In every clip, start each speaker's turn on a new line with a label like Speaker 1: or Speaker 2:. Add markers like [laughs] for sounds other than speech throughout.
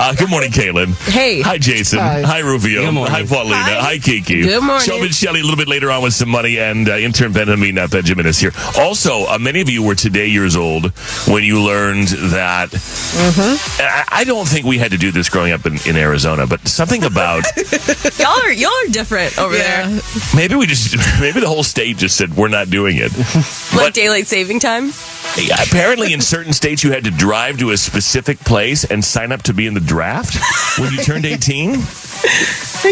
Speaker 1: Uh, good morning, Caitlin.
Speaker 2: Hey.
Speaker 1: Hi, Jason. Hi, Hi Rufio. Hi, Paulina. Hi. Hi. Kiki.
Speaker 2: Good morning.
Speaker 1: Shelby Shelley a little bit later on with some money, and uh, intern Benjamin, uh, Benjamin is here. Also, uh, many of you were today years old when you learned that. Mm-hmm. I, I, don't think we had to do this growing up in, in Arizona, but something about
Speaker 2: [laughs] y'all are y'all are different over yeah. there.
Speaker 1: Maybe we just [laughs] maybe the whole state just said we're not doing it.
Speaker 2: like but, daylight saving time.
Speaker 1: Apparently, in certain states, you had to drive to a specific place and sign up to be in the draft when you turned 18?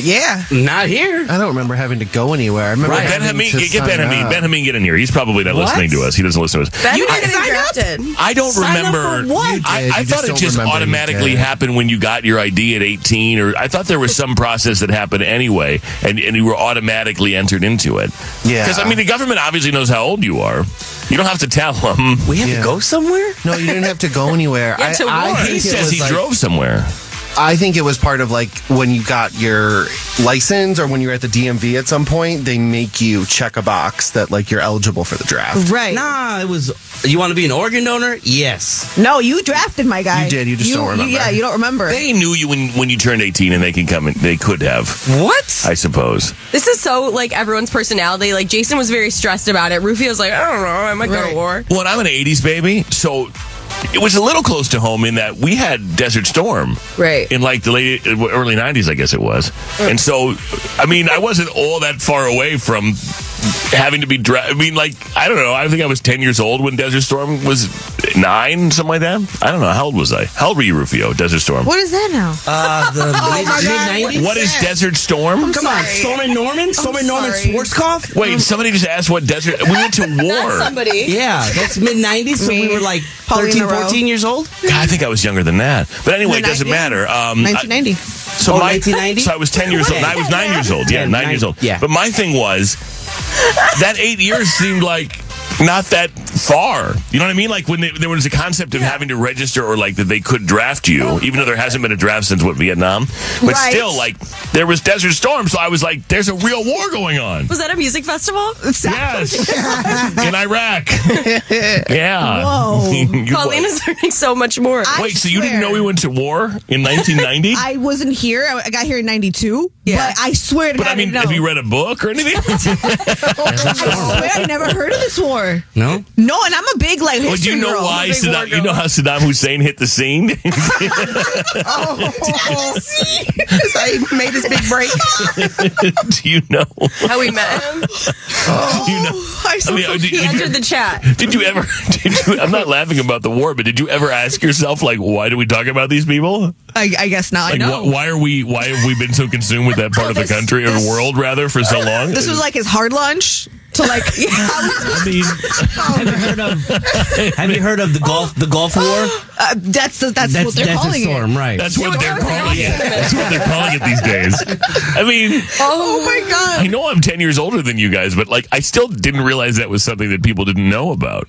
Speaker 3: yeah.
Speaker 4: Not here.
Speaker 3: I don't remember having to go anywhere. I remember
Speaker 1: right. Ben Hameen, get Ben Hameen. Ben Hameen, get in here. He's probably not what? listening to us. He doesn't listen to us.
Speaker 2: Ben you I, didn't sign drafted.
Speaker 1: up. I don't
Speaker 2: sign
Speaker 1: remember.
Speaker 2: what?
Speaker 1: I, I thought it just automatically happened when you got your ID at 18, or I thought there was some process that happened anyway, and, and you were automatically entered into it.
Speaker 3: Yeah.
Speaker 1: Because, I mean, the government obviously knows how old you are. You don't have to tell them.
Speaker 4: We have yeah. to go somewhere?
Speaker 3: No, you didn't have to go anywhere.
Speaker 2: yeah, to
Speaker 1: I, I he says he like, drove somewhere.
Speaker 3: I think it was part of like when you got your license or when you're at the DMV at some point, they make you check a box that like you're eligible for the draft.
Speaker 2: Right.
Speaker 4: Nah, it was you want to be an organ donor? Yes.
Speaker 5: No, you drafted my guy.
Speaker 3: You did. You just
Speaker 5: you,
Speaker 3: don't remember.
Speaker 5: You, yeah, you don't remember.
Speaker 1: They knew you when when you turned 18 and they can come and they could have.
Speaker 2: What?
Speaker 1: I suppose.
Speaker 6: This is so like everyone's personality. Like Jason was very stressed about it. Rufio's like, I don't know, I might right. go to war.
Speaker 1: Well, I'm an 80s baby, so it was a little close to home in that we had Desert Storm,
Speaker 2: right?
Speaker 1: In like the late uh, early '90s, I guess it was. Mm. And so, I mean, I wasn't all that far away from having to be. Dra- I mean, like I don't know. I think I was 10 years old when Desert Storm was nine, something like that. I don't know. How old was I? How old were you, Rufio? Desert Storm.
Speaker 5: What is that now?
Speaker 4: Uh,
Speaker 2: [laughs]
Speaker 4: the oh
Speaker 1: mid '90s. What is Desert Storm?
Speaker 4: I'm Come sorry. on, Storm and Norman, Storm and Norman Schwarzkopf.
Speaker 1: Wait, I'm... somebody just asked what desert. We
Speaker 4: [laughs]
Speaker 1: went to war.
Speaker 6: somebody.
Speaker 5: [laughs]
Speaker 4: Yeah, that's mid '90s. So we were like 13, 14 years old?
Speaker 1: I think I was younger than that. But anyway, it doesn't matter.
Speaker 5: Um, 1990. I, so,
Speaker 1: oh, my,
Speaker 4: 1990?
Speaker 1: so I was 10 years old. I was nine years old. Yeah, nine, nine years old.
Speaker 4: Yeah.
Speaker 1: But my thing was that eight years seemed like not that far. You know what I mean? Like when they, there was a concept of having to register or like that they could draft you, even though there hasn't been a draft since what Vietnam. But
Speaker 6: Oh. Right.
Speaker 1: still, like there was Desert Storm, so I was like, there's a real war going on.
Speaker 6: Was that a
Speaker 7: [laughs]
Speaker 6: music festival?
Speaker 1: Yes.
Speaker 6: [laughs]
Speaker 1: In Iraq. Yeah. [laughs] You-
Speaker 6: Paulina's learning so much more.
Speaker 1: Wait, so you didn't know we went to war
Speaker 5: [laughs]
Speaker 1: in 1990?
Speaker 5: I wasn't here. I I got here in '92. Yeah. But I swear to
Speaker 1: but
Speaker 5: God,
Speaker 1: I mean,
Speaker 5: no.
Speaker 1: have you read a book
Speaker 5: [laughs]
Speaker 1: or anything? Desert Storm.
Speaker 5: I swear I never heard of this war.
Speaker 1: No.
Speaker 5: No, and I'm a big like.
Speaker 1: Well, do
Speaker 5: history
Speaker 1: you know
Speaker 5: girl.
Speaker 1: why Saddam? You know how Saddam Hussein hit the
Speaker 5: [laughs]
Speaker 1: scene? [laughs]
Speaker 5: Oh, so he made his big break.
Speaker 1: [laughs] do you know?
Speaker 6: How we met him?
Speaker 1: [laughs] do you know?
Speaker 5: I
Speaker 1: mean, so did- did
Speaker 6: he
Speaker 1: you-
Speaker 6: entered the chat.
Speaker 1: Did you ever? [laughs] Did you, I'm not laughing about the war, but did you ever ask yourself, like, why do we talk about these people?
Speaker 5: I, I guess not.
Speaker 1: Like,
Speaker 5: I know.
Speaker 1: wh- why are we? Why have we been so consumed with that part of the country or the world, rather, for so long?
Speaker 5: This was like his hard lunch to like. [laughs] Yeah,
Speaker 1: [laughs] I
Speaker 5: have
Speaker 1: mean,
Speaker 5: you heard of
Speaker 8: Have you heard of the Gulf the Gulf War?
Speaker 5: [gasps] Uh, that's the, that's, what they're
Speaker 8: Desert
Speaker 5: calling
Speaker 8: Storm,
Speaker 5: it.
Speaker 8: right?
Speaker 1: That's what they're calling it. That's what they're calling it these days. I mean,
Speaker 5: Oh, my god!
Speaker 1: I know I'm 10 years older than you guys, but like, I still didn't realize that was something that people didn't know about.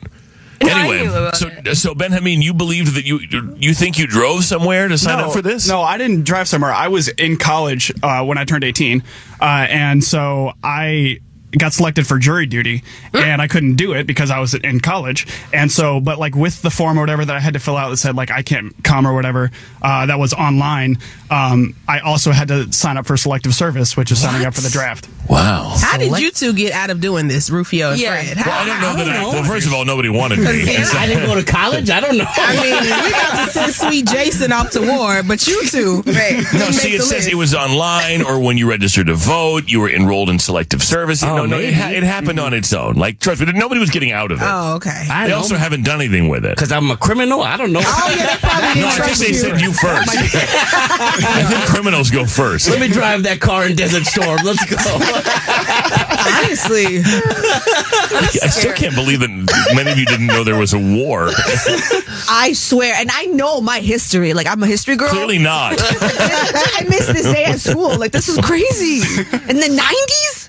Speaker 1: anyway,
Speaker 9: knew about
Speaker 1: so so Benjamin, you believed that you you think you drove somewhere to sign
Speaker 9: no,
Speaker 1: up for this?
Speaker 9: No, I didn't drive somewhere. I was in college uh, when I turned 18. Uh, and so I got selected for jury duty and I couldn't do it because I was in college. And so, but like with the form or whatever that I had to fill out that said like I can't come or whatever, uh, that was online, um, I also had to sign up for selective service, which is signing up for the draft.
Speaker 1: Wow.
Speaker 5: How did you two get out of doing this, Rufio and Fred? How-
Speaker 1: Well, I don't know that. I,
Speaker 5: [laughs]
Speaker 1: well, first of all, nobody wanted me.
Speaker 5: Yeah.
Speaker 1: And so-
Speaker 5: I
Speaker 1: [laughs]
Speaker 5: didn't go to
Speaker 8: college? I don't know.
Speaker 5: I mean, we got to send sweet Jason off to war, but you two, right?
Speaker 1: No, see, it says it was online or when you registered to vote, you were enrolled in selective service.
Speaker 8: Oh,
Speaker 1: no, no, it,
Speaker 8: maybe.
Speaker 1: ha- it happened on its own. Like, trust me, nobody was getting out of it.
Speaker 6: Uh,
Speaker 5: Oh, okay.
Speaker 1: they also haven't done anything with it. Because
Speaker 8: I'm a criminal? I don't know.
Speaker 5: Oh, yeah, they probably
Speaker 1: [laughs] No,
Speaker 5: didn't
Speaker 1: I think
Speaker 5: trust
Speaker 1: they
Speaker 5: you.
Speaker 1: said you first. I think criminals go first.
Speaker 8: Let me drive that car in Desert Storm. Let's go.
Speaker 5: [laughs] Honestly,
Speaker 1: I still can't believe that many of you didn't know there was a war.
Speaker 5: I swear, and I know my history. Like I'm a history girl.
Speaker 1: Clearly not.
Speaker 5: I missed this day at school. Like this is crazy. In the nineties,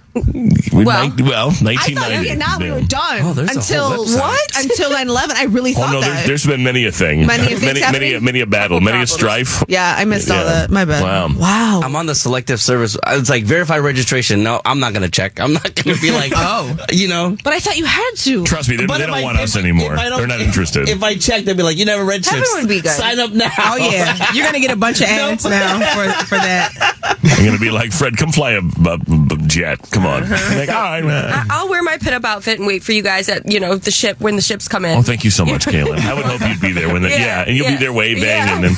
Speaker 1: We might- well,
Speaker 5: I
Speaker 1: 1990.
Speaker 5: thought in Vietnam we
Speaker 1: yeah.
Speaker 5: were done
Speaker 1: Oh, there's a
Speaker 5: until
Speaker 1: whole website.
Speaker 5: what? Until 9/11, I really
Speaker 1: Oh
Speaker 5: thought
Speaker 1: no,
Speaker 5: that.
Speaker 1: there's, there's been many a thing,
Speaker 5: Many a things
Speaker 1: many, many, a,
Speaker 5: happening?
Speaker 1: many a battle, many a strife.
Speaker 5: yeah, I missed all
Speaker 8: Yeah.
Speaker 5: that. My bad.
Speaker 8: Wow.
Speaker 5: Wow.
Speaker 8: I'm on the selective service. I was like, verify registration. No, I'm not going to check. I'm not going to
Speaker 5: [laughs]
Speaker 8: be like, oh, you know.
Speaker 5: But I thought you had to.
Speaker 1: Trust me, they,
Speaker 8: But
Speaker 1: they
Speaker 8: if
Speaker 1: don't
Speaker 8: I-
Speaker 1: want
Speaker 8: if
Speaker 1: us
Speaker 8: I-
Speaker 1: anymore.
Speaker 8: if I don't-
Speaker 1: They're not interested.
Speaker 8: If I check, they'd be like, you never registered.
Speaker 5: Heaven would be good.
Speaker 8: Sign up now.
Speaker 5: Oh yeah, you're gonna get a bunch
Speaker 8: [laughs]
Speaker 5: of ads now for, for that.
Speaker 1: I'm gonna be like Fred, come fly a bu- bu- jet. Come on. Like, all right, man.
Speaker 6: Uh-huh. I- I'll wear my pit up outfit and wait for you guys at you know the ship when the ships come in.
Speaker 1: Oh, thank you so
Speaker 6: [laughs]
Speaker 1: much, Caleb. I would hope you'd be there when the, yeah,
Speaker 6: Yeah,
Speaker 1: and you'll
Speaker 6: yeah,
Speaker 1: be there waving, and then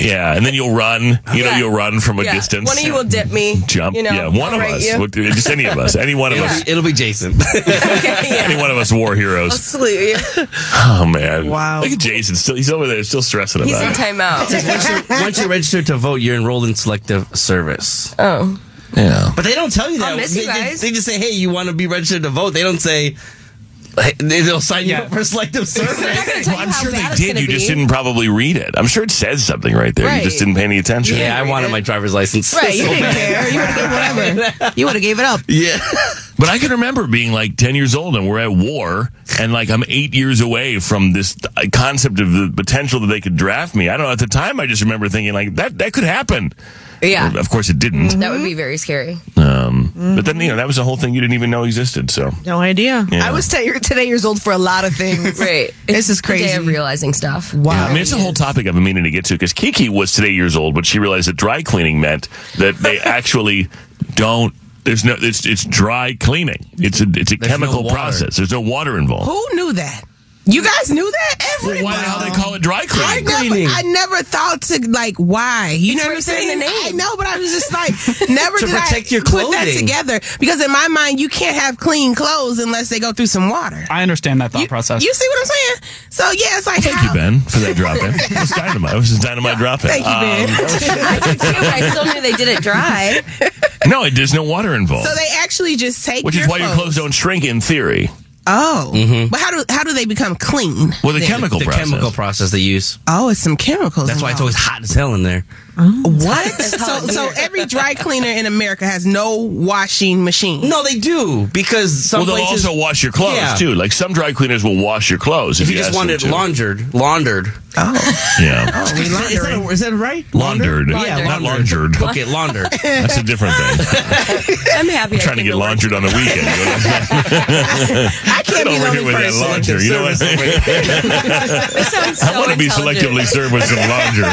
Speaker 6: [laughs]
Speaker 1: yeah, and then you'll run. You know,
Speaker 6: Yeah.
Speaker 1: you'll run from a
Speaker 6: Yeah.
Speaker 1: distance.
Speaker 6: One of you will dip me.
Speaker 1: jump.
Speaker 6: You know,
Speaker 1: yeah, one
Speaker 6: I'll
Speaker 1: of
Speaker 6: rate
Speaker 1: us.
Speaker 6: you.
Speaker 1: What- Just any of us. Any one of
Speaker 8: It'll
Speaker 1: us.
Speaker 8: be- [laughs] it'll be Jason.
Speaker 1: Any one of us war
Speaker 6: I'll
Speaker 1: heroes.
Speaker 6: salute you.
Speaker 1: [laughs] Oh man! Wow! Look at Jason. Still, he's over there, still stressing
Speaker 6: He's in
Speaker 1: about it.
Speaker 6: timeout.
Speaker 8: [laughs] Once you register to vote, you're enrolled in selective service.
Speaker 6: Oh.
Speaker 1: Yeah.
Speaker 8: But they don't tell you that.
Speaker 6: I'll miss you
Speaker 8: They- they-
Speaker 6: guys.
Speaker 8: They, just say, hey, you want to be registered to vote. They don't say, hey, they'll sign you up for
Speaker 5: [laughs]
Speaker 8: selective service.
Speaker 1: Well, I'm sure they did. You just didn't probably read it. I'm sure it says something right there. You
Speaker 5: Right.
Speaker 1: just didn't pay any attention.
Speaker 5: You Yeah, didn't I read wanted it.
Speaker 8: my driver's license.
Speaker 5: Right, you didn't care. You would have gave whatever. You would have gave it up.
Speaker 8: Yeah.
Speaker 1: But I can remember being like 10 years old and we're at war and like I'm eight years away from this uh, concept of the potential that they could draft me. I don't know. At the time, I just remember thinking like that, that could happen.
Speaker 6: Yeah.
Speaker 1: Well, Of course it didn't.
Speaker 6: That would be very scary.
Speaker 1: Um, But then, you know, that was a whole thing you didn't even know existed. So
Speaker 5: No idea.
Speaker 1: Yeah.
Speaker 5: I was ten, today years old for a lot of things. [laughs]
Speaker 6: right.
Speaker 5: This is
Speaker 6: The day
Speaker 5: crazy.
Speaker 6: of realizing stuff.
Speaker 1: Yeah, I mean, it's a whole topic I've been meaning to get to because Kiki was today years old, but she realized that dry cleaning meant that they actually don't. There's no. It's it's dry cleaning. It's a it's a
Speaker 8: There's no
Speaker 1: chemical
Speaker 8: water.
Speaker 1: process. There's no water involved.
Speaker 5: Who knew that? You guys knew that? Everybody.
Speaker 1: Why the hell they call it dry
Speaker 5: I
Speaker 1: cleaning?
Speaker 5: never, I never thought to like why. You know what I'm
Speaker 6: right there in
Speaker 5: saying?
Speaker 6: the
Speaker 5: I know, but I was just like, [laughs] never
Speaker 8: To
Speaker 5: did
Speaker 8: protect
Speaker 5: I
Speaker 8: your
Speaker 5: put that
Speaker 8: clothing.
Speaker 5: together because in my mind you can't have clean clothes unless they go through some water.
Speaker 9: I understand that thought process.
Speaker 5: You see what I'm saying? So yeah, it's like
Speaker 1: Thank you, Ben, for that drop in. It was dynamite. It was just dynamite Um, drop in.
Speaker 5: Thank you, Ben.
Speaker 7: [laughs]
Speaker 5: [laughs]
Speaker 6: I still knew they did it dry.
Speaker 1: no, it, there's no water involved,
Speaker 5: so they actually just take
Speaker 1: Oh. which is
Speaker 5: your
Speaker 1: why your clothes don't shrink in theory.
Speaker 5: Oh,
Speaker 1: Mhm.
Speaker 5: but how do how do they become clean?
Speaker 1: Well, the
Speaker 5: Then?
Speaker 1: chemical
Speaker 8: the
Speaker 1: process.
Speaker 8: chemical process they use.
Speaker 5: Oh, it's some chemicals.
Speaker 8: That's why it's
Speaker 5: involved.
Speaker 8: always hot as hell in there.
Speaker 3: Oh.
Speaker 7: What? so, so every dry cleaner in America has no washing machine.
Speaker 8: No, they do because
Speaker 1: well, they'll also wash your clothes
Speaker 8: Yeah.
Speaker 1: too. Like some dry cleaners will wash your clothes if,
Speaker 8: If you just
Speaker 1: ask
Speaker 8: wanted
Speaker 1: them to.
Speaker 8: laundered, laundered.
Speaker 7: Oh,
Speaker 1: yeah,
Speaker 3: [laughs]
Speaker 7: is, that- is that a- is that right?
Speaker 1: laundered,
Speaker 7: Laundered? Yeah,
Speaker 1: not laundered.
Speaker 8: Okay, laundered.
Speaker 3: [laughs]
Speaker 1: That's a different thing.
Speaker 6: I'm happy.
Speaker 1: I'm trying to get laundered on the weekend. I
Speaker 7: can't
Speaker 1: over here with that laundry. You know what? I want to be selectively served with some laundry.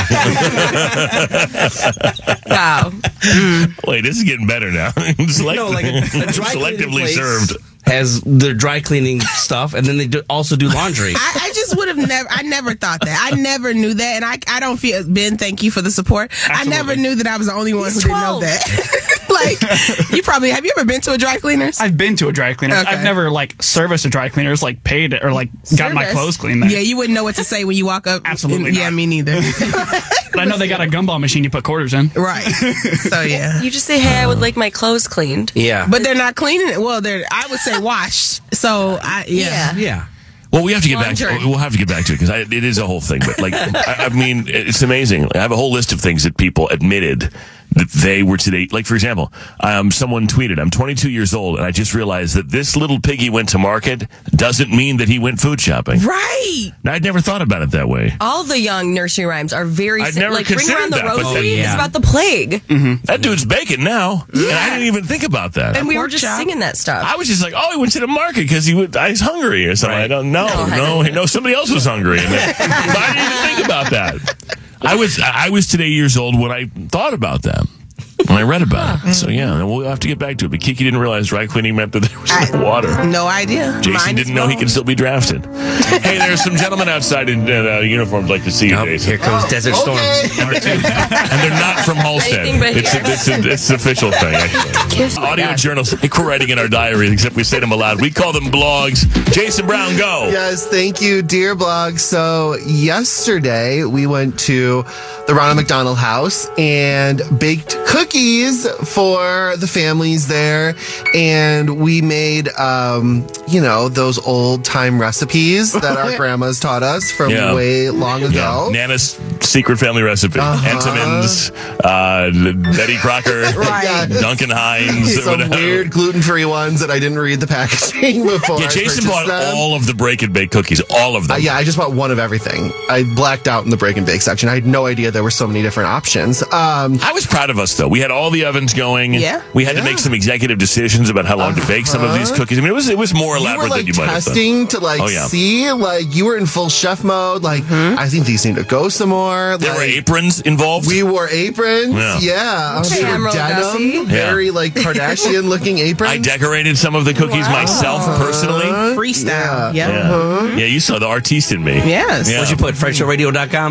Speaker 6: wow.
Speaker 1: Wait, this is getting better now. [laughs] Select-
Speaker 8: No, like a-
Speaker 1: [laughs]
Speaker 8: a dry cleaning
Speaker 1: selectively
Speaker 8: place
Speaker 1: served.
Speaker 8: has their dry cleaning stuff, and then they do, also do laundry.
Speaker 7: [laughs] I, I just would have never. I never thought that. I never knew that, and I, I don't feel Ben. Thank you for the support. I never knew that I was the only one who didn't know that. like you probably have you ever been to a dry cleaner's?
Speaker 9: I've been to a dry cleaner.
Speaker 7: Okay.
Speaker 9: I've never like serviced a dry cleaner's, like paid or like got my
Speaker 7: Service.
Speaker 9: clothes cleaned. There.
Speaker 7: Yeah, you wouldn't know what to say when you walk up.
Speaker 9: Absolutely
Speaker 7: Yeah,
Speaker 9: not.
Speaker 7: me
Speaker 1: [laughs]
Speaker 7: neither.
Speaker 9: but I know they got a gumball machine you put quarters in.
Speaker 7: Right. So yeah.
Speaker 6: You just say, hey, I would like my clothes cleaned.
Speaker 8: Yeah.
Speaker 7: but they're not cleaning it. Well, they're I would say washed. So I yeah.
Speaker 1: Well, we have to get back.
Speaker 7: Laundry.
Speaker 1: To, we'll have to get back to it because it is a whole thing. But like, I, I mean, it's amazing. I have a whole list of things that people admitted that they were today. Like, for example, um, someone tweeted, "I'm 22 years old, and I just realized that this little piggy went to market doesn't mean that he went food shopping."
Speaker 7: Right. Oh.
Speaker 1: And I'd never thought about it that way.
Speaker 6: [laughs] All the young nursery rhymes are very
Speaker 1: I'd
Speaker 6: sim-
Speaker 1: never
Speaker 6: like ring
Speaker 1: considered
Speaker 6: around the
Speaker 1: that, but Mm.
Speaker 6: rosy.
Speaker 1: then-
Speaker 6: It's
Speaker 1: Oh, Yeah.
Speaker 6: about the plague.
Speaker 1: That dude's baking now, and I didn't even think about that.
Speaker 6: And we were just singing that stuff.
Speaker 1: I was just like, oh, he went to the market because he was I was hungry or something. I don't know. No, no, somebody else was hungry. And then- but I didn't even think about that. I was I was today years old when I thought about that. When I read about it. So yeah, and we'll have to get back to it. But Kiki didn't realize dry cleaning meant that there was no water.
Speaker 7: No idea.
Speaker 1: Jason
Speaker 7: Mine is
Speaker 1: didn't know he could still be drafted. hey, there's some gentlemen outside in uh, uniforms like to see you, Jason.
Speaker 8: here comes Oh, Desert Storm. okay.
Speaker 1: Number two. and they're not from Halstead.
Speaker 8: Anything but
Speaker 1: It's,
Speaker 8: here.
Speaker 1: it's, it's, an official thing.
Speaker 8: [laughs] Kiss my
Speaker 1: Audio
Speaker 8: God.
Speaker 1: journals like we're writing in our diaries, except we say them aloud. We call them blogs. Jason Brown, go.
Speaker 3: Yes, thank you, dear blog. So yesterday we went to the Ronald McDonald House and baked cookies for the families there, and we made, um, you know, those old time recipes
Speaker 1: [laughs]
Speaker 3: that our grandmas taught us from
Speaker 1: Yeah.
Speaker 3: way long ago.
Speaker 1: Yeah. Nana's secret family recipe.
Speaker 3: Uh-huh.
Speaker 1: Entenmann's, uh, Betty Crocker,
Speaker 3: [laughs] Right.
Speaker 1: Duncan
Speaker 3: [laughs]
Speaker 1: Hines.
Speaker 3: Some
Speaker 1: whatever.
Speaker 3: weird gluten free ones that I didn't read the packaging [laughs] before.
Speaker 1: Yeah,
Speaker 3: I
Speaker 1: Jason
Speaker 3: purchased
Speaker 1: bought
Speaker 3: them.
Speaker 1: all of the break and bake cookies, all of
Speaker 3: Uh,
Speaker 1: them.
Speaker 3: yeah, I just bought one of everything. I blacked out in the break and bake section. I had no idea there were so many different options. Um,
Speaker 1: I was proud of us though. We had all the ovens going.
Speaker 3: Yeah.
Speaker 1: We had to make some executive decisions about how long to bake some of these
Speaker 3: Uh-huh.
Speaker 1: cookies. I mean, it was it was more
Speaker 3: you
Speaker 1: elaborate
Speaker 3: were like
Speaker 1: than you might
Speaker 3: testing
Speaker 1: have
Speaker 3: to
Speaker 1: thought.
Speaker 3: like
Speaker 1: oh, yeah.
Speaker 3: see, like you were in full chef mode. Like
Speaker 8: Mm-hmm.
Speaker 3: I think these need to go some more.
Speaker 1: There were
Speaker 3: like,
Speaker 1: aprons involved.
Speaker 3: We wore aprons.
Speaker 1: Yeah.
Speaker 3: Yeah, um,
Speaker 1: Okay,
Speaker 3: they were
Speaker 1: Emerald
Speaker 3: denim,
Speaker 1: Dusty.
Speaker 3: very
Speaker 1: Yeah.
Speaker 3: like Kardashian
Speaker 1: [laughs]
Speaker 3: looking aprons.
Speaker 1: I decorated some of the cookies myself personally.
Speaker 2: Uh-huh.
Speaker 3: Freestyle.
Speaker 1: Yeah. Yeah, you saw the artiste in me.
Speaker 7: Yes.
Speaker 1: Yeah.
Speaker 8: What'd you put? FrenchRadio.com?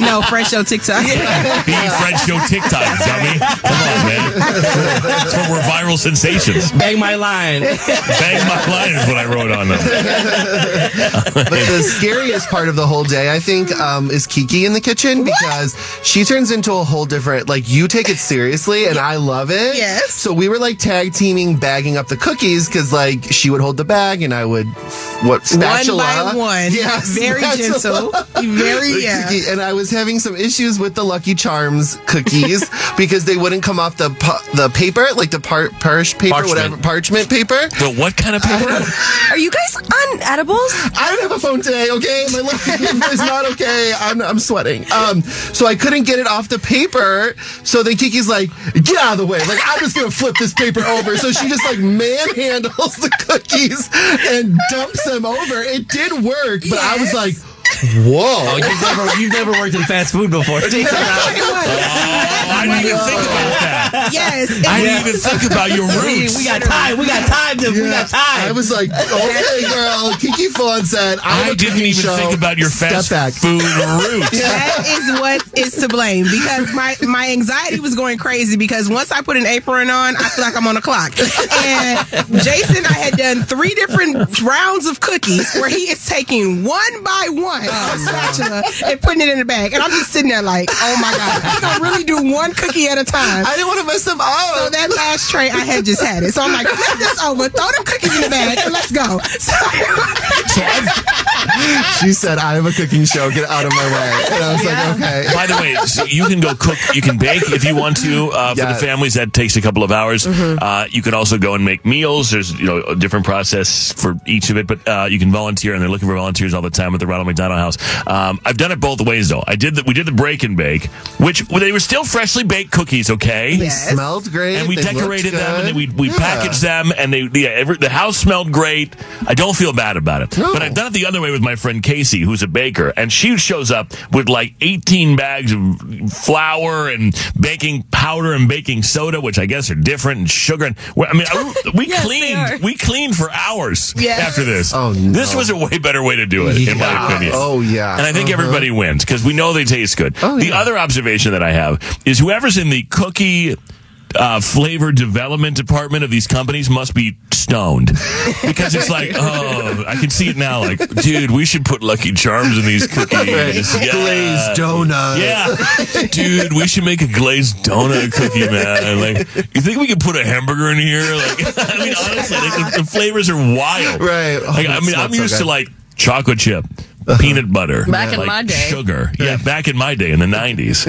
Speaker 7: no, fresh show
Speaker 5: [laughs]
Speaker 7: TikTok.
Speaker 1: Be French show TikTok, dummy. Come on, man. That's where we're viral sensations.
Speaker 8: Bang my
Speaker 3: [laughs]
Speaker 8: line.
Speaker 1: Bang my line is what I wrote on them.
Speaker 3: but the scariest part of the whole day, I think, um, is Kiki in the kitchen because she turns into a whole different. Like you take it seriously, and I love it. Yes. So we were like tag teaming, bagging up the cookies because like she would hold the bag and I would what spatula
Speaker 7: One by one.
Speaker 3: [laughs] Yes,
Speaker 7: Very
Speaker 3: spatula.
Speaker 7: gentle. Very,
Speaker 3: The [laughs]
Speaker 7: yeah.
Speaker 3: cookie. And I was having some issues with the Lucky Charms
Speaker 7: [laughs]
Speaker 3: cookies because they wouldn't come off the pu- the paper, like the par- parish paper,
Speaker 1: Parchment.
Speaker 3: whatever parchment paper.
Speaker 1: But what kind of paper? Oh,
Speaker 3: Are you guys on edibles? I don't have a phone today, okay? My life is not okay. I'm, I'm sweating. Um, so I couldn't get it off the paper. So then Kiki's like, get out of the way. Like, I'm just going to flip this paper over. So she just like manhandles the cookies and dumps them over. It did work, but I was like, whoa.
Speaker 8: Oh, you've never, you've never worked in fast food before.
Speaker 3: [laughs]
Speaker 1: I didn't even think about that.
Speaker 7: [laughs] Yes.
Speaker 1: I didn't even think about your roots.
Speaker 8: We got time. We got time. To, We got time.
Speaker 3: I was like, okay, girl. Kiki Fawn said, I'm
Speaker 1: I
Speaker 3: a
Speaker 1: didn't
Speaker 3: cooking
Speaker 1: even
Speaker 3: show.
Speaker 1: think about your fast food roots.
Speaker 7: That is what is to blame because my, my anxiety was going crazy because once I put an apron on, I feel like I'm on a clock. And Jason, I had done three different rounds of cookies where he is taking one by one a spatula and putting it in the bag. And I'm just sitting there like, oh my God, I'm going to really do one cookie at a time.
Speaker 3: I didn't want to mess them up.
Speaker 7: So that last tray I had just had it. So I'm like, flip this over, throw them cookies in the bag, and let's go. So
Speaker 3: she said, I have a cooking show. Get out of my way. And I was like, okay.
Speaker 1: By the way, so you can go cook, you can bake if you want to. Uh, for
Speaker 3: Yes.
Speaker 1: the families, that takes a couple of hours.
Speaker 3: Mhm.
Speaker 1: Uh, you can also go and make meals. There's you know a different process for each of it, but uh, you can volunteer, and they're looking for volunteers all the time at the Ronald McDonald House. Um, I've done it both ways though. I did the, we did the break and bake, which well, they were still freshly baked cookies. Okay,
Speaker 3: They smelled great.
Speaker 1: and we
Speaker 3: They looked
Speaker 1: decorated them, and then we we
Speaker 3: good.
Speaker 1: packaged them, and they yeah, every, the house smelled great. I don't feel bad about it, but I've done it the other way with my friend Casey, who's a baker, and she shows up with like 18 bags of flour and baking powder and baking soda, which I guess are different, and sugar. And well, I mean, I- we
Speaker 7: Yes, they are.
Speaker 1: cleaned we cleaned for hours
Speaker 7: Yes.
Speaker 1: after this. Oh, This was a way better way to do it, in my
Speaker 3: Yeah.
Speaker 1: opinion.
Speaker 3: Oh, yeah.
Speaker 1: and I think
Speaker 3: Uh-huh.
Speaker 1: everybody wins because we know they taste good. the other observation that I have is whoever's in the cookie uh, flavor development department of these companies must be stoned because it's like, oh, I can see it now. Like, dude, we should put Lucky Charms in these cookies.
Speaker 3: Right.
Speaker 1: Yeah.
Speaker 3: Glazed donut.
Speaker 1: Yeah, [laughs] dude, we should make a glazed donut cookie, man. Like, you think we could put a hamburger in here? Like, [laughs] I mean, honestly, like, the, the flavors are wild.
Speaker 3: Right. Oh,
Speaker 1: Like, I
Speaker 3: that
Speaker 1: mean, I'm
Speaker 3: smells so
Speaker 1: used to
Speaker 3: good.
Speaker 1: like chocolate chip. Peanut butter,
Speaker 3: Back in
Speaker 1: like
Speaker 3: my day.
Speaker 1: sugar. Yeah, back in my day, in the '90s,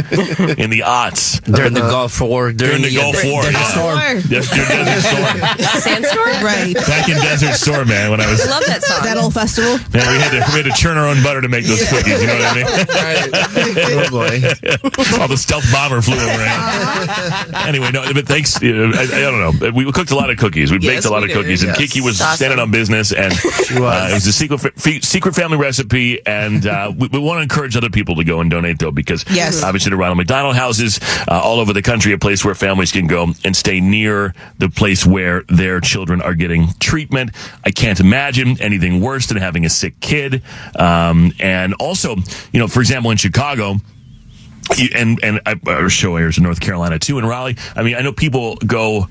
Speaker 1: in the aughts,
Speaker 8: During the Gulf War,
Speaker 1: during, the, Gulf War,
Speaker 8: Desert
Speaker 1: yeah.
Speaker 8: Storm.
Speaker 1: Yes, during Desert Storm.
Speaker 5: Sandstorm? Right.
Speaker 1: Back in Desert Storm, man, when I was
Speaker 5: that song. That old festival.
Speaker 1: Man, we had to we had to churn our own butter to make those cookies. You know what I mean?
Speaker 7: [laughs]
Speaker 3: oh
Speaker 1: boy! [laughs] All the stealth bomber flew around.
Speaker 3: Uh-huh.
Speaker 1: anyway, no, but thanks. uh, I, I don't know. We cooked a lot of cookies. We
Speaker 3: Yes,
Speaker 1: baked a lot
Speaker 3: we
Speaker 1: of
Speaker 3: did,
Speaker 1: cookies, and
Speaker 3: yes.
Speaker 1: Kiki was
Speaker 3: Awesome.
Speaker 1: standing on business, and uh, it was a secret fa- fe- secret family recipe. And uh, [laughs] we, we want to encourage other people to go and donate though, because
Speaker 5: Yes.
Speaker 1: obviously the Ronald McDonald houses uh, all over the country, a place where families can go and stay near the place where their children are getting treatment. I can't imagine anything worse than having a sick kid. Um, and also, you know, for example, in Chicago, you- and and I- our show airs in North Carolina too, in Raleigh. I mean, I know people go.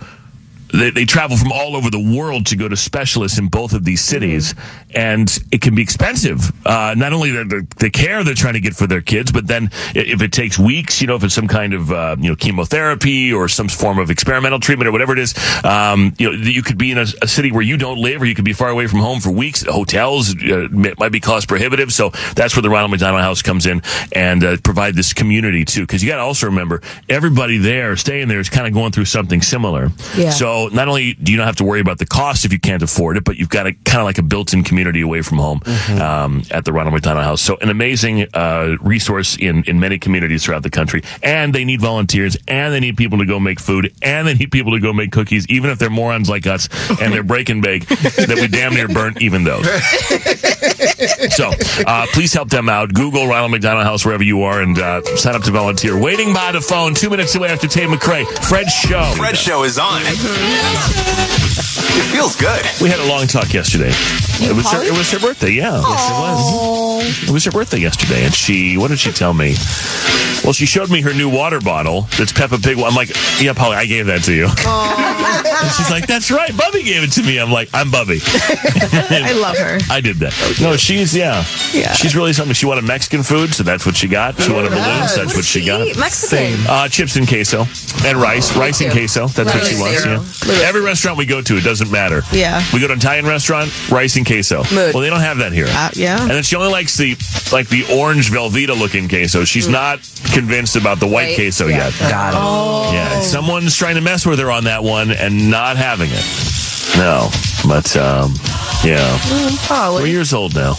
Speaker 1: They, they travel from all over the world to go to specialists in both of these cities, and it can be expensive. Uh, not only the, the, the care they're trying to get for their kids, but then i- if it takes weeks, you know, if it's some kind of uh, you know chemotherapy or some form of experimental treatment or whatever it is, um, you know, you could be in a, a city where you don't live, or you could be far away from home for weeks. Hotels uh, m- might be cost prohibitive, so that's where the Ronald McDonald House comes in and uh, provide this community too. Because you got to also remember, everybody there staying there is kind of going through something similar.
Speaker 5: Yeah.
Speaker 1: So not only do you not have to worry about the cost if you can't afford it, but you've got a kind of like a built-in community away from home um, at the Ronald McDonald House. So an amazing uh, resource in in many communities throughout the country. And they need volunteers, and they need people to go make food, and they need people to go make cookies, even if they're morons like us and they're break and bake that we damn near burnt even those. So uh, please help them out. Google Ronald McDonald House wherever you are and uh, sign up to volunteer. Waiting by the phone, two minutes away after Tay McRae. Fred Show.
Speaker 10: Fred Show is on.
Speaker 7: Mm-hmm.
Speaker 10: It feels good.
Speaker 1: We had a long talk yesterday. It was, her, it was her birthday, yeah. Yes, it was. It was her birthday yesterday, and she, what did she tell me? Well, she showed me her new water bottle that's Peppa Pig. I'm like, yeah, Polly, I gave that to you. [laughs] And she's like, that's right, Bubby gave it to me. I'm like, I'm Bubby. I
Speaker 7: love her.
Speaker 1: I did that. No, she's, yeah.
Speaker 7: Yeah.
Speaker 1: She's really something. She wanted Mexican food, so that's what she got. She wanted balloons, that's what she got.
Speaker 7: eat? Mexican. Same.
Speaker 1: Uh, chips and queso. And rice. rice and queso. That's what she
Speaker 7: Literally
Speaker 1: wants,
Speaker 7: zero.
Speaker 1: yeah. Every restaurant we go to, it doesn't matter.
Speaker 7: Yeah.
Speaker 1: We go to an Italian restaurant, rice and queso.
Speaker 7: Mood.
Speaker 1: Well, they don't have that here.
Speaker 7: Uh, yeah.
Speaker 1: And then she only likes the like the orange Velveeta looking queso. She's not convinced about the white
Speaker 7: Mm. Right.
Speaker 1: queso
Speaker 7: Yeah. Oh.
Speaker 1: yet. Got it. Yeah. Someone's trying to mess with her on that one and not having it. No. But um yeah.
Speaker 7: Mm,
Speaker 1: We're years old now.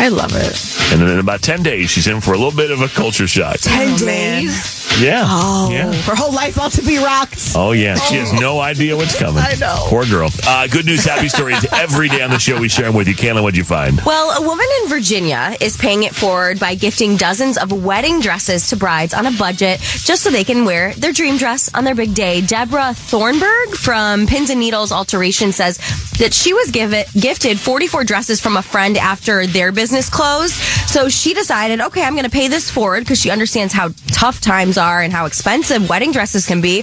Speaker 7: I love it.
Speaker 1: And then in about ten days she's in for a little bit of a culture shock.
Speaker 5: Ten
Speaker 7: Oh,
Speaker 5: days.
Speaker 1: Yeah.
Speaker 5: Oh,
Speaker 1: Yeah.
Speaker 5: her whole life about to be rocked.
Speaker 1: Oh yeah, she has no idea what's coming.
Speaker 5: I know.
Speaker 1: Poor girl. Uh, good news,
Speaker 7: [laughs]
Speaker 1: happy stories every day on the show. We share them with you. Kayla, what'd you find?
Speaker 6: Well, a woman in Virginia is paying it forward by gifting dozens of wedding dresses to brides on a budget just so they can wear their dream dress on their big day. Deborah Thornburg from Pins and Needles Alteration says that she was give gifted 44 dresses from a friend after their business closed. So she decided, okay, I'm going to pay this forward because she understands how tough times are and how expensive wedding dresses can be.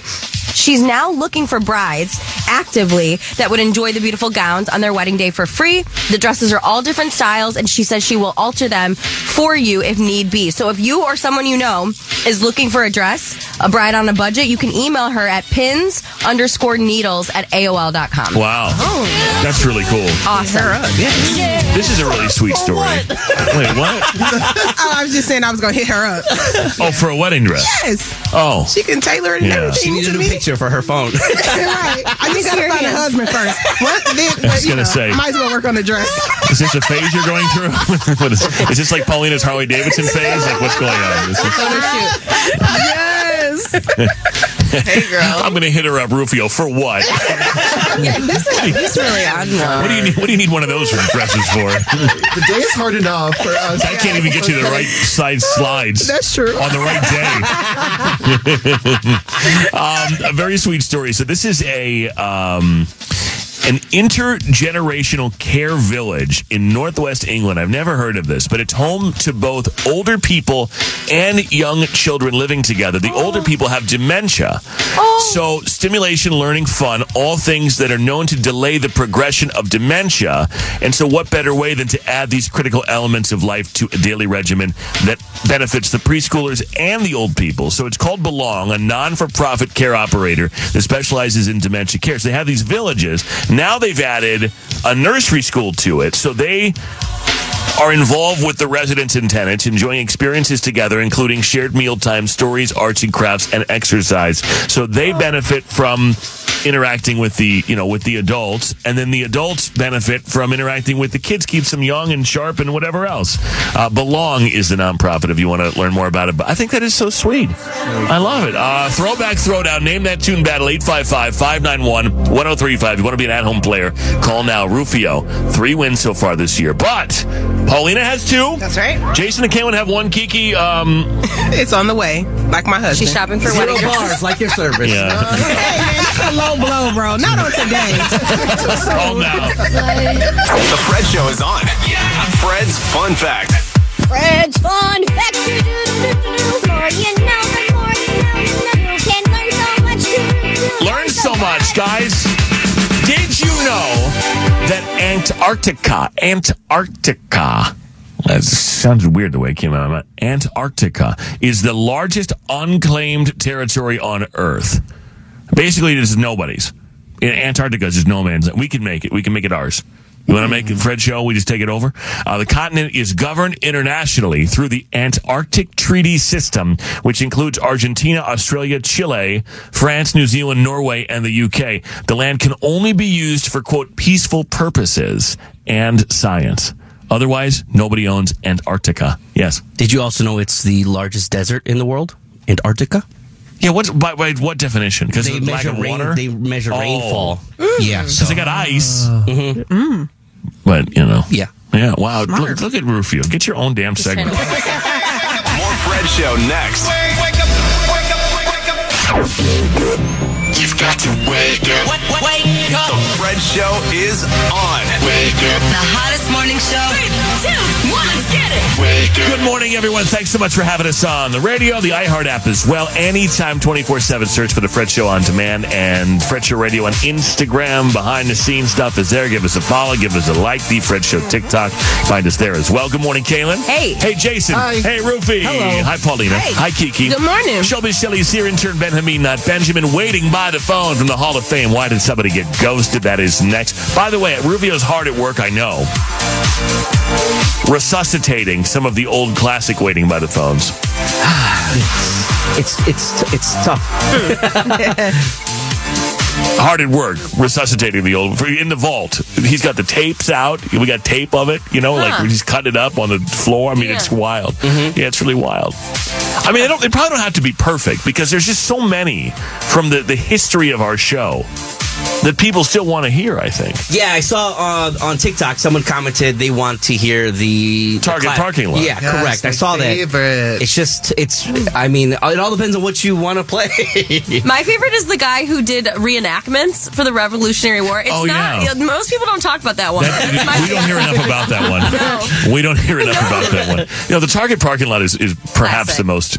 Speaker 6: She's now looking for brides actively that would enjoy the beautiful gowns on their wedding day for free. The dresses are all different styles, and she says she will alter them for you if need be. So if you or someone you know is looking for a dress, a bride on a budget, you can email her at pins underscore needles at AOL.com.
Speaker 1: Wow. That's really cool.
Speaker 6: Awesome.
Speaker 1: This is a really sweet story.
Speaker 7: [laughs]
Speaker 1: Wait, what?
Speaker 7: oh, I was just saying I was gonna hit her up.
Speaker 1: Oh, for a wedding dress.
Speaker 7: Yes.
Speaker 1: Oh.
Speaker 7: She can tailor it and
Speaker 1: Yeah.
Speaker 8: She
Speaker 7: everything
Speaker 8: needs
Speaker 7: to
Speaker 8: a new
Speaker 7: me.
Speaker 8: picture for
Speaker 7: [laughs]
Speaker 8: her phone.
Speaker 7: right. I just gotta find a husband first. What? Then,
Speaker 1: I was
Speaker 7: you
Speaker 1: gonna
Speaker 7: know,
Speaker 1: say.
Speaker 7: Might as well work on the dress.
Speaker 1: Is this a phase you're going through? [laughs] what is, is this like Paulina's Harley Davidson phase? Like, what's going on? This is-
Speaker 7: yes.
Speaker 1: hey, girl. I'm going to hit her up, Rufio, for what?
Speaker 5: yeah, this is this really odd.
Speaker 1: What do you need? What do you need one of those dresses for?
Speaker 3: The day is hard enough for us.
Speaker 1: I can't even get you the right side slides.
Speaker 3: [laughs] That's true.
Speaker 1: On the right day.
Speaker 3: [laughs]
Speaker 1: um, a very sweet story. So this is a. Um, an intergenerational care village in northwest England. I've never heard of this, but it's home to both older people and young children living together. The
Speaker 3: Oh.
Speaker 1: older people have dementia. So, stimulation, learning, fun, all things that are known to delay the progression of dementia. And so, what better way than to add these critical elements of life to a daily regimen that benefits the preschoolers and the old people? So, it's called Belong, a non for profit care operator that specializes in dementia care. So, they have these villages. Now, they've added a nursery school to it. So, they are involved with the residents and tenants, enjoying experiences together, including shared mealtime, stories, arts and crafts, and exercise. So they benefit from interacting with the you know with the adults, and then the adults benefit from interacting with the kids, keeps them young and sharp and whatever else. Uh, Belong is the nonprofit if you want to learn more about it. But I think that is so sweet. I love it. Uh, throwback Throwdown. Name that tune battle 855 591 1035. You want to be an at home player? Call now. Rufio, three wins so far this year. But Paulina has two. That's
Speaker 7: right.
Speaker 1: Jason and Cameron have one. Kiki, um,
Speaker 7: it's on the way. Like my husband.
Speaker 1: She's shopping for
Speaker 7: Zero
Speaker 1: wedding dresses.
Speaker 7: bars,
Speaker 8: like your service.
Speaker 1: Yeah.
Speaker 7: [laughs] Hey, man, that's a low blow, bro. Not on today.
Speaker 1: [laughs] Call now.
Speaker 11: The Fred Show is on. Fred's fun fact.
Speaker 10: Fred's fun. Fact. More you know, the more you know, you know. Can learn so much too.
Speaker 1: Learn so much, guys. Did you know that Antarctica, Antarctica, that sounds weird the way it came out of my mouth. Antarctica is the largest unclaimed territory on Earth. Basically, it is nobody's. In Antarctica, it's just no man's land. We can make it. We can make it ours. You want to make it Fred Show? We just take it over. Uh, the continent is governed internationally through the Antarctic Treaty System, which includes Argentina, Australia, Chile, France, New Zealand, Norway, and the UK. The land can only be used for, quote, peaceful purposes and science. Otherwise, nobody owns Antarctica. Yes.
Speaker 8: Did you also know it's the largest desert in the world? Antarctica?
Speaker 1: Yeah, what's by, by what definition? Because
Speaker 8: They
Speaker 1: of the lack
Speaker 8: measure
Speaker 1: of
Speaker 8: rain-
Speaker 1: water.
Speaker 8: they measure rainfall. Yeah,
Speaker 1: because
Speaker 8: so-
Speaker 1: they got ice.
Speaker 8: Mm.
Speaker 1: Uh-huh. But you know,
Speaker 8: yeah,
Speaker 1: yeah. Wow,
Speaker 8: Smart.
Speaker 1: look, look at Rufio. Get your own damn segment.
Speaker 11: More Fred Show next. You've got to wake up.
Speaker 10: Wake up.
Speaker 11: The Fred Show is on. Wake up.
Speaker 10: The hottest morning show. Three, two, one, let's get it.
Speaker 1: Good morning, everyone. Thanks so much for having us on the radio, the iHeart app as well. Anytime, 24 7, search for The Fred Show on demand and Fred Show Radio on Instagram. Behind the scenes stuff is there. Give us a follow, give us a like. The Fred Show TikTok. Find us there as well. Good morning, Kaylin. Hey. Hey, Jason.
Speaker 10: Hi.
Speaker 1: Hey, Rufy.
Speaker 10: Hello.
Speaker 1: Hi, Paulina.
Speaker 10: Hey.
Speaker 1: Hi, Kiki.
Speaker 10: Good morning.
Speaker 1: Shelby Shelley's here. Intern Ben Hameen, not Benjamin, waiting by the phone from the Hall of Fame. Why did somebody get ghosted? That is next. By the way, Rufio's hard at work, I know resuscitating some of the old classic waiting by the phones.
Speaker 8: [sighs] it's it's it's tough.
Speaker 1: [laughs] Hard at work resuscitating the old in the vault. He's got the tapes out. We got tape of it. You know, like
Speaker 10: Huh.
Speaker 1: we just cut it up on the floor. I mean,
Speaker 10: Yeah. Mm-hmm.
Speaker 1: it's wild. Yeah, it's really wild. I mean, they don't. They probably don't have to be perfect because there's just so many from the the history of our show that people still want to hear. I think.
Speaker 8: Yeah, I saw uh, on TikTok someone commented they want to hear the
Speaker 1: Target
Speaker 8: the cla-
Speaker 1: parking lot.
Speaker 8: Yeah,
Speaker 1: Yes,
Speaker 8: correct. I
Speaker 1: my
Speaker 8: saw that. It's just it's. I mean, it all depends on what you want to play.
Speaker 6: My favorite is the guy who did reenactments for the Revolutionary War. It's
Speaker 1: Oh,
Speaker 6: not
Speaker 1: yeah.
Speaker 6: most people don't talk about that one. That's my
Speaker 1: we don't hear enough about that
Speaker 6: [laughs]
Speaker 1: one. We don't hear enough about that one. You know, the Target parking lot is, is perhaps the most.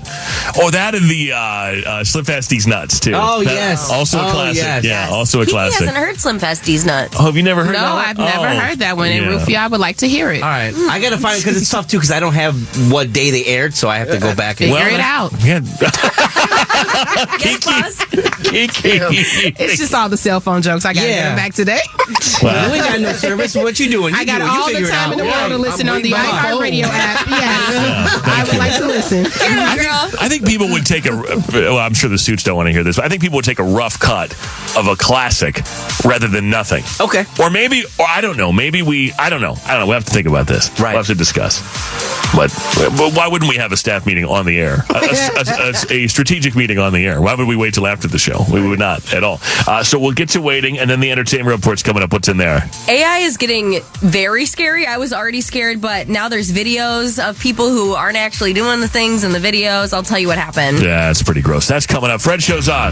Speaker 1: Or that and the uh, uh, Slip Festies Nuts too.
Speaker 6: Oh,
Speaker 1: That-
Speaker 6: yes.
Speaker 1: also a
Speaker 6: Oh,
Speaker 1: classic.
Speaker 6: yes.
Speaker 1: Yeah, also a
Speaker 6: he
Speaker 1: classic.
Speaker 6: hasn't heard Slim Festy's nuts.
Speaker 1: Oh, have you never heard
Speaker 6: No,
Speaker 1: that one?
Speaker 6: I've never
Speaker 1: Oh,
Speaker 6: heard that one. And
Speaker 1: yeah.
Speaker 6: Rufio,
Speaker 7: I would like to hear it.
Speaker 8: All right, I gotta find it because it's tough too because I don't have what day they aired, so I have to go back and
Speaker 7: Figure it out.
Speaker 1: Yeah. [laughs] [laughs]
Speaker 7: It's just all the cell phone jokes. I got to
Speaker 8: Yeah.
Speaker 7: get them back today.
Speaker 8: Wow. You ain't got no service. What you doing? You
Speaker 7: I got
Speaker 8: doing- you
Speaker 7: all the
Speaker 8: figure it
Speaker 7: time in the
Speaker 8: out.
Speaker 7: world to
Speaker 8: Yeah,
Speaker 7: listen
Speaker 8: I'm
Speaker 7: on the
Speaker 8: waiting by my phone.
Speaker 7: iHeartRadio app. Yes. I would like to listen.
Speaker 1: I think people would take a. Well, I'm sure the suits don't want to hear this, but I think people would take a rough cut of a classic rather than nothing.
Speaker 8: Okay.
Speaker 1: Or maybe, or I don't know. Maybe we. I don't know. I don't know. We have to think about this. Right. We'll have to discuss. But, but why wouldn't we have a staff meeting on the air? A, a- a- a strategic meeting on the air. Why would we wait till after the show? We would not at all. Uh, so we'll get to waiting, and then the entertainment report's coming up. What's in there?
Speaker 6: AI is getting very scary. I was already scared, but now there's videos of people who aren't actually doing the things in the videos. I'll tell you what happened.
Speaker 1: Yeah, it's pretty gross. That's coming up. Fred shows on.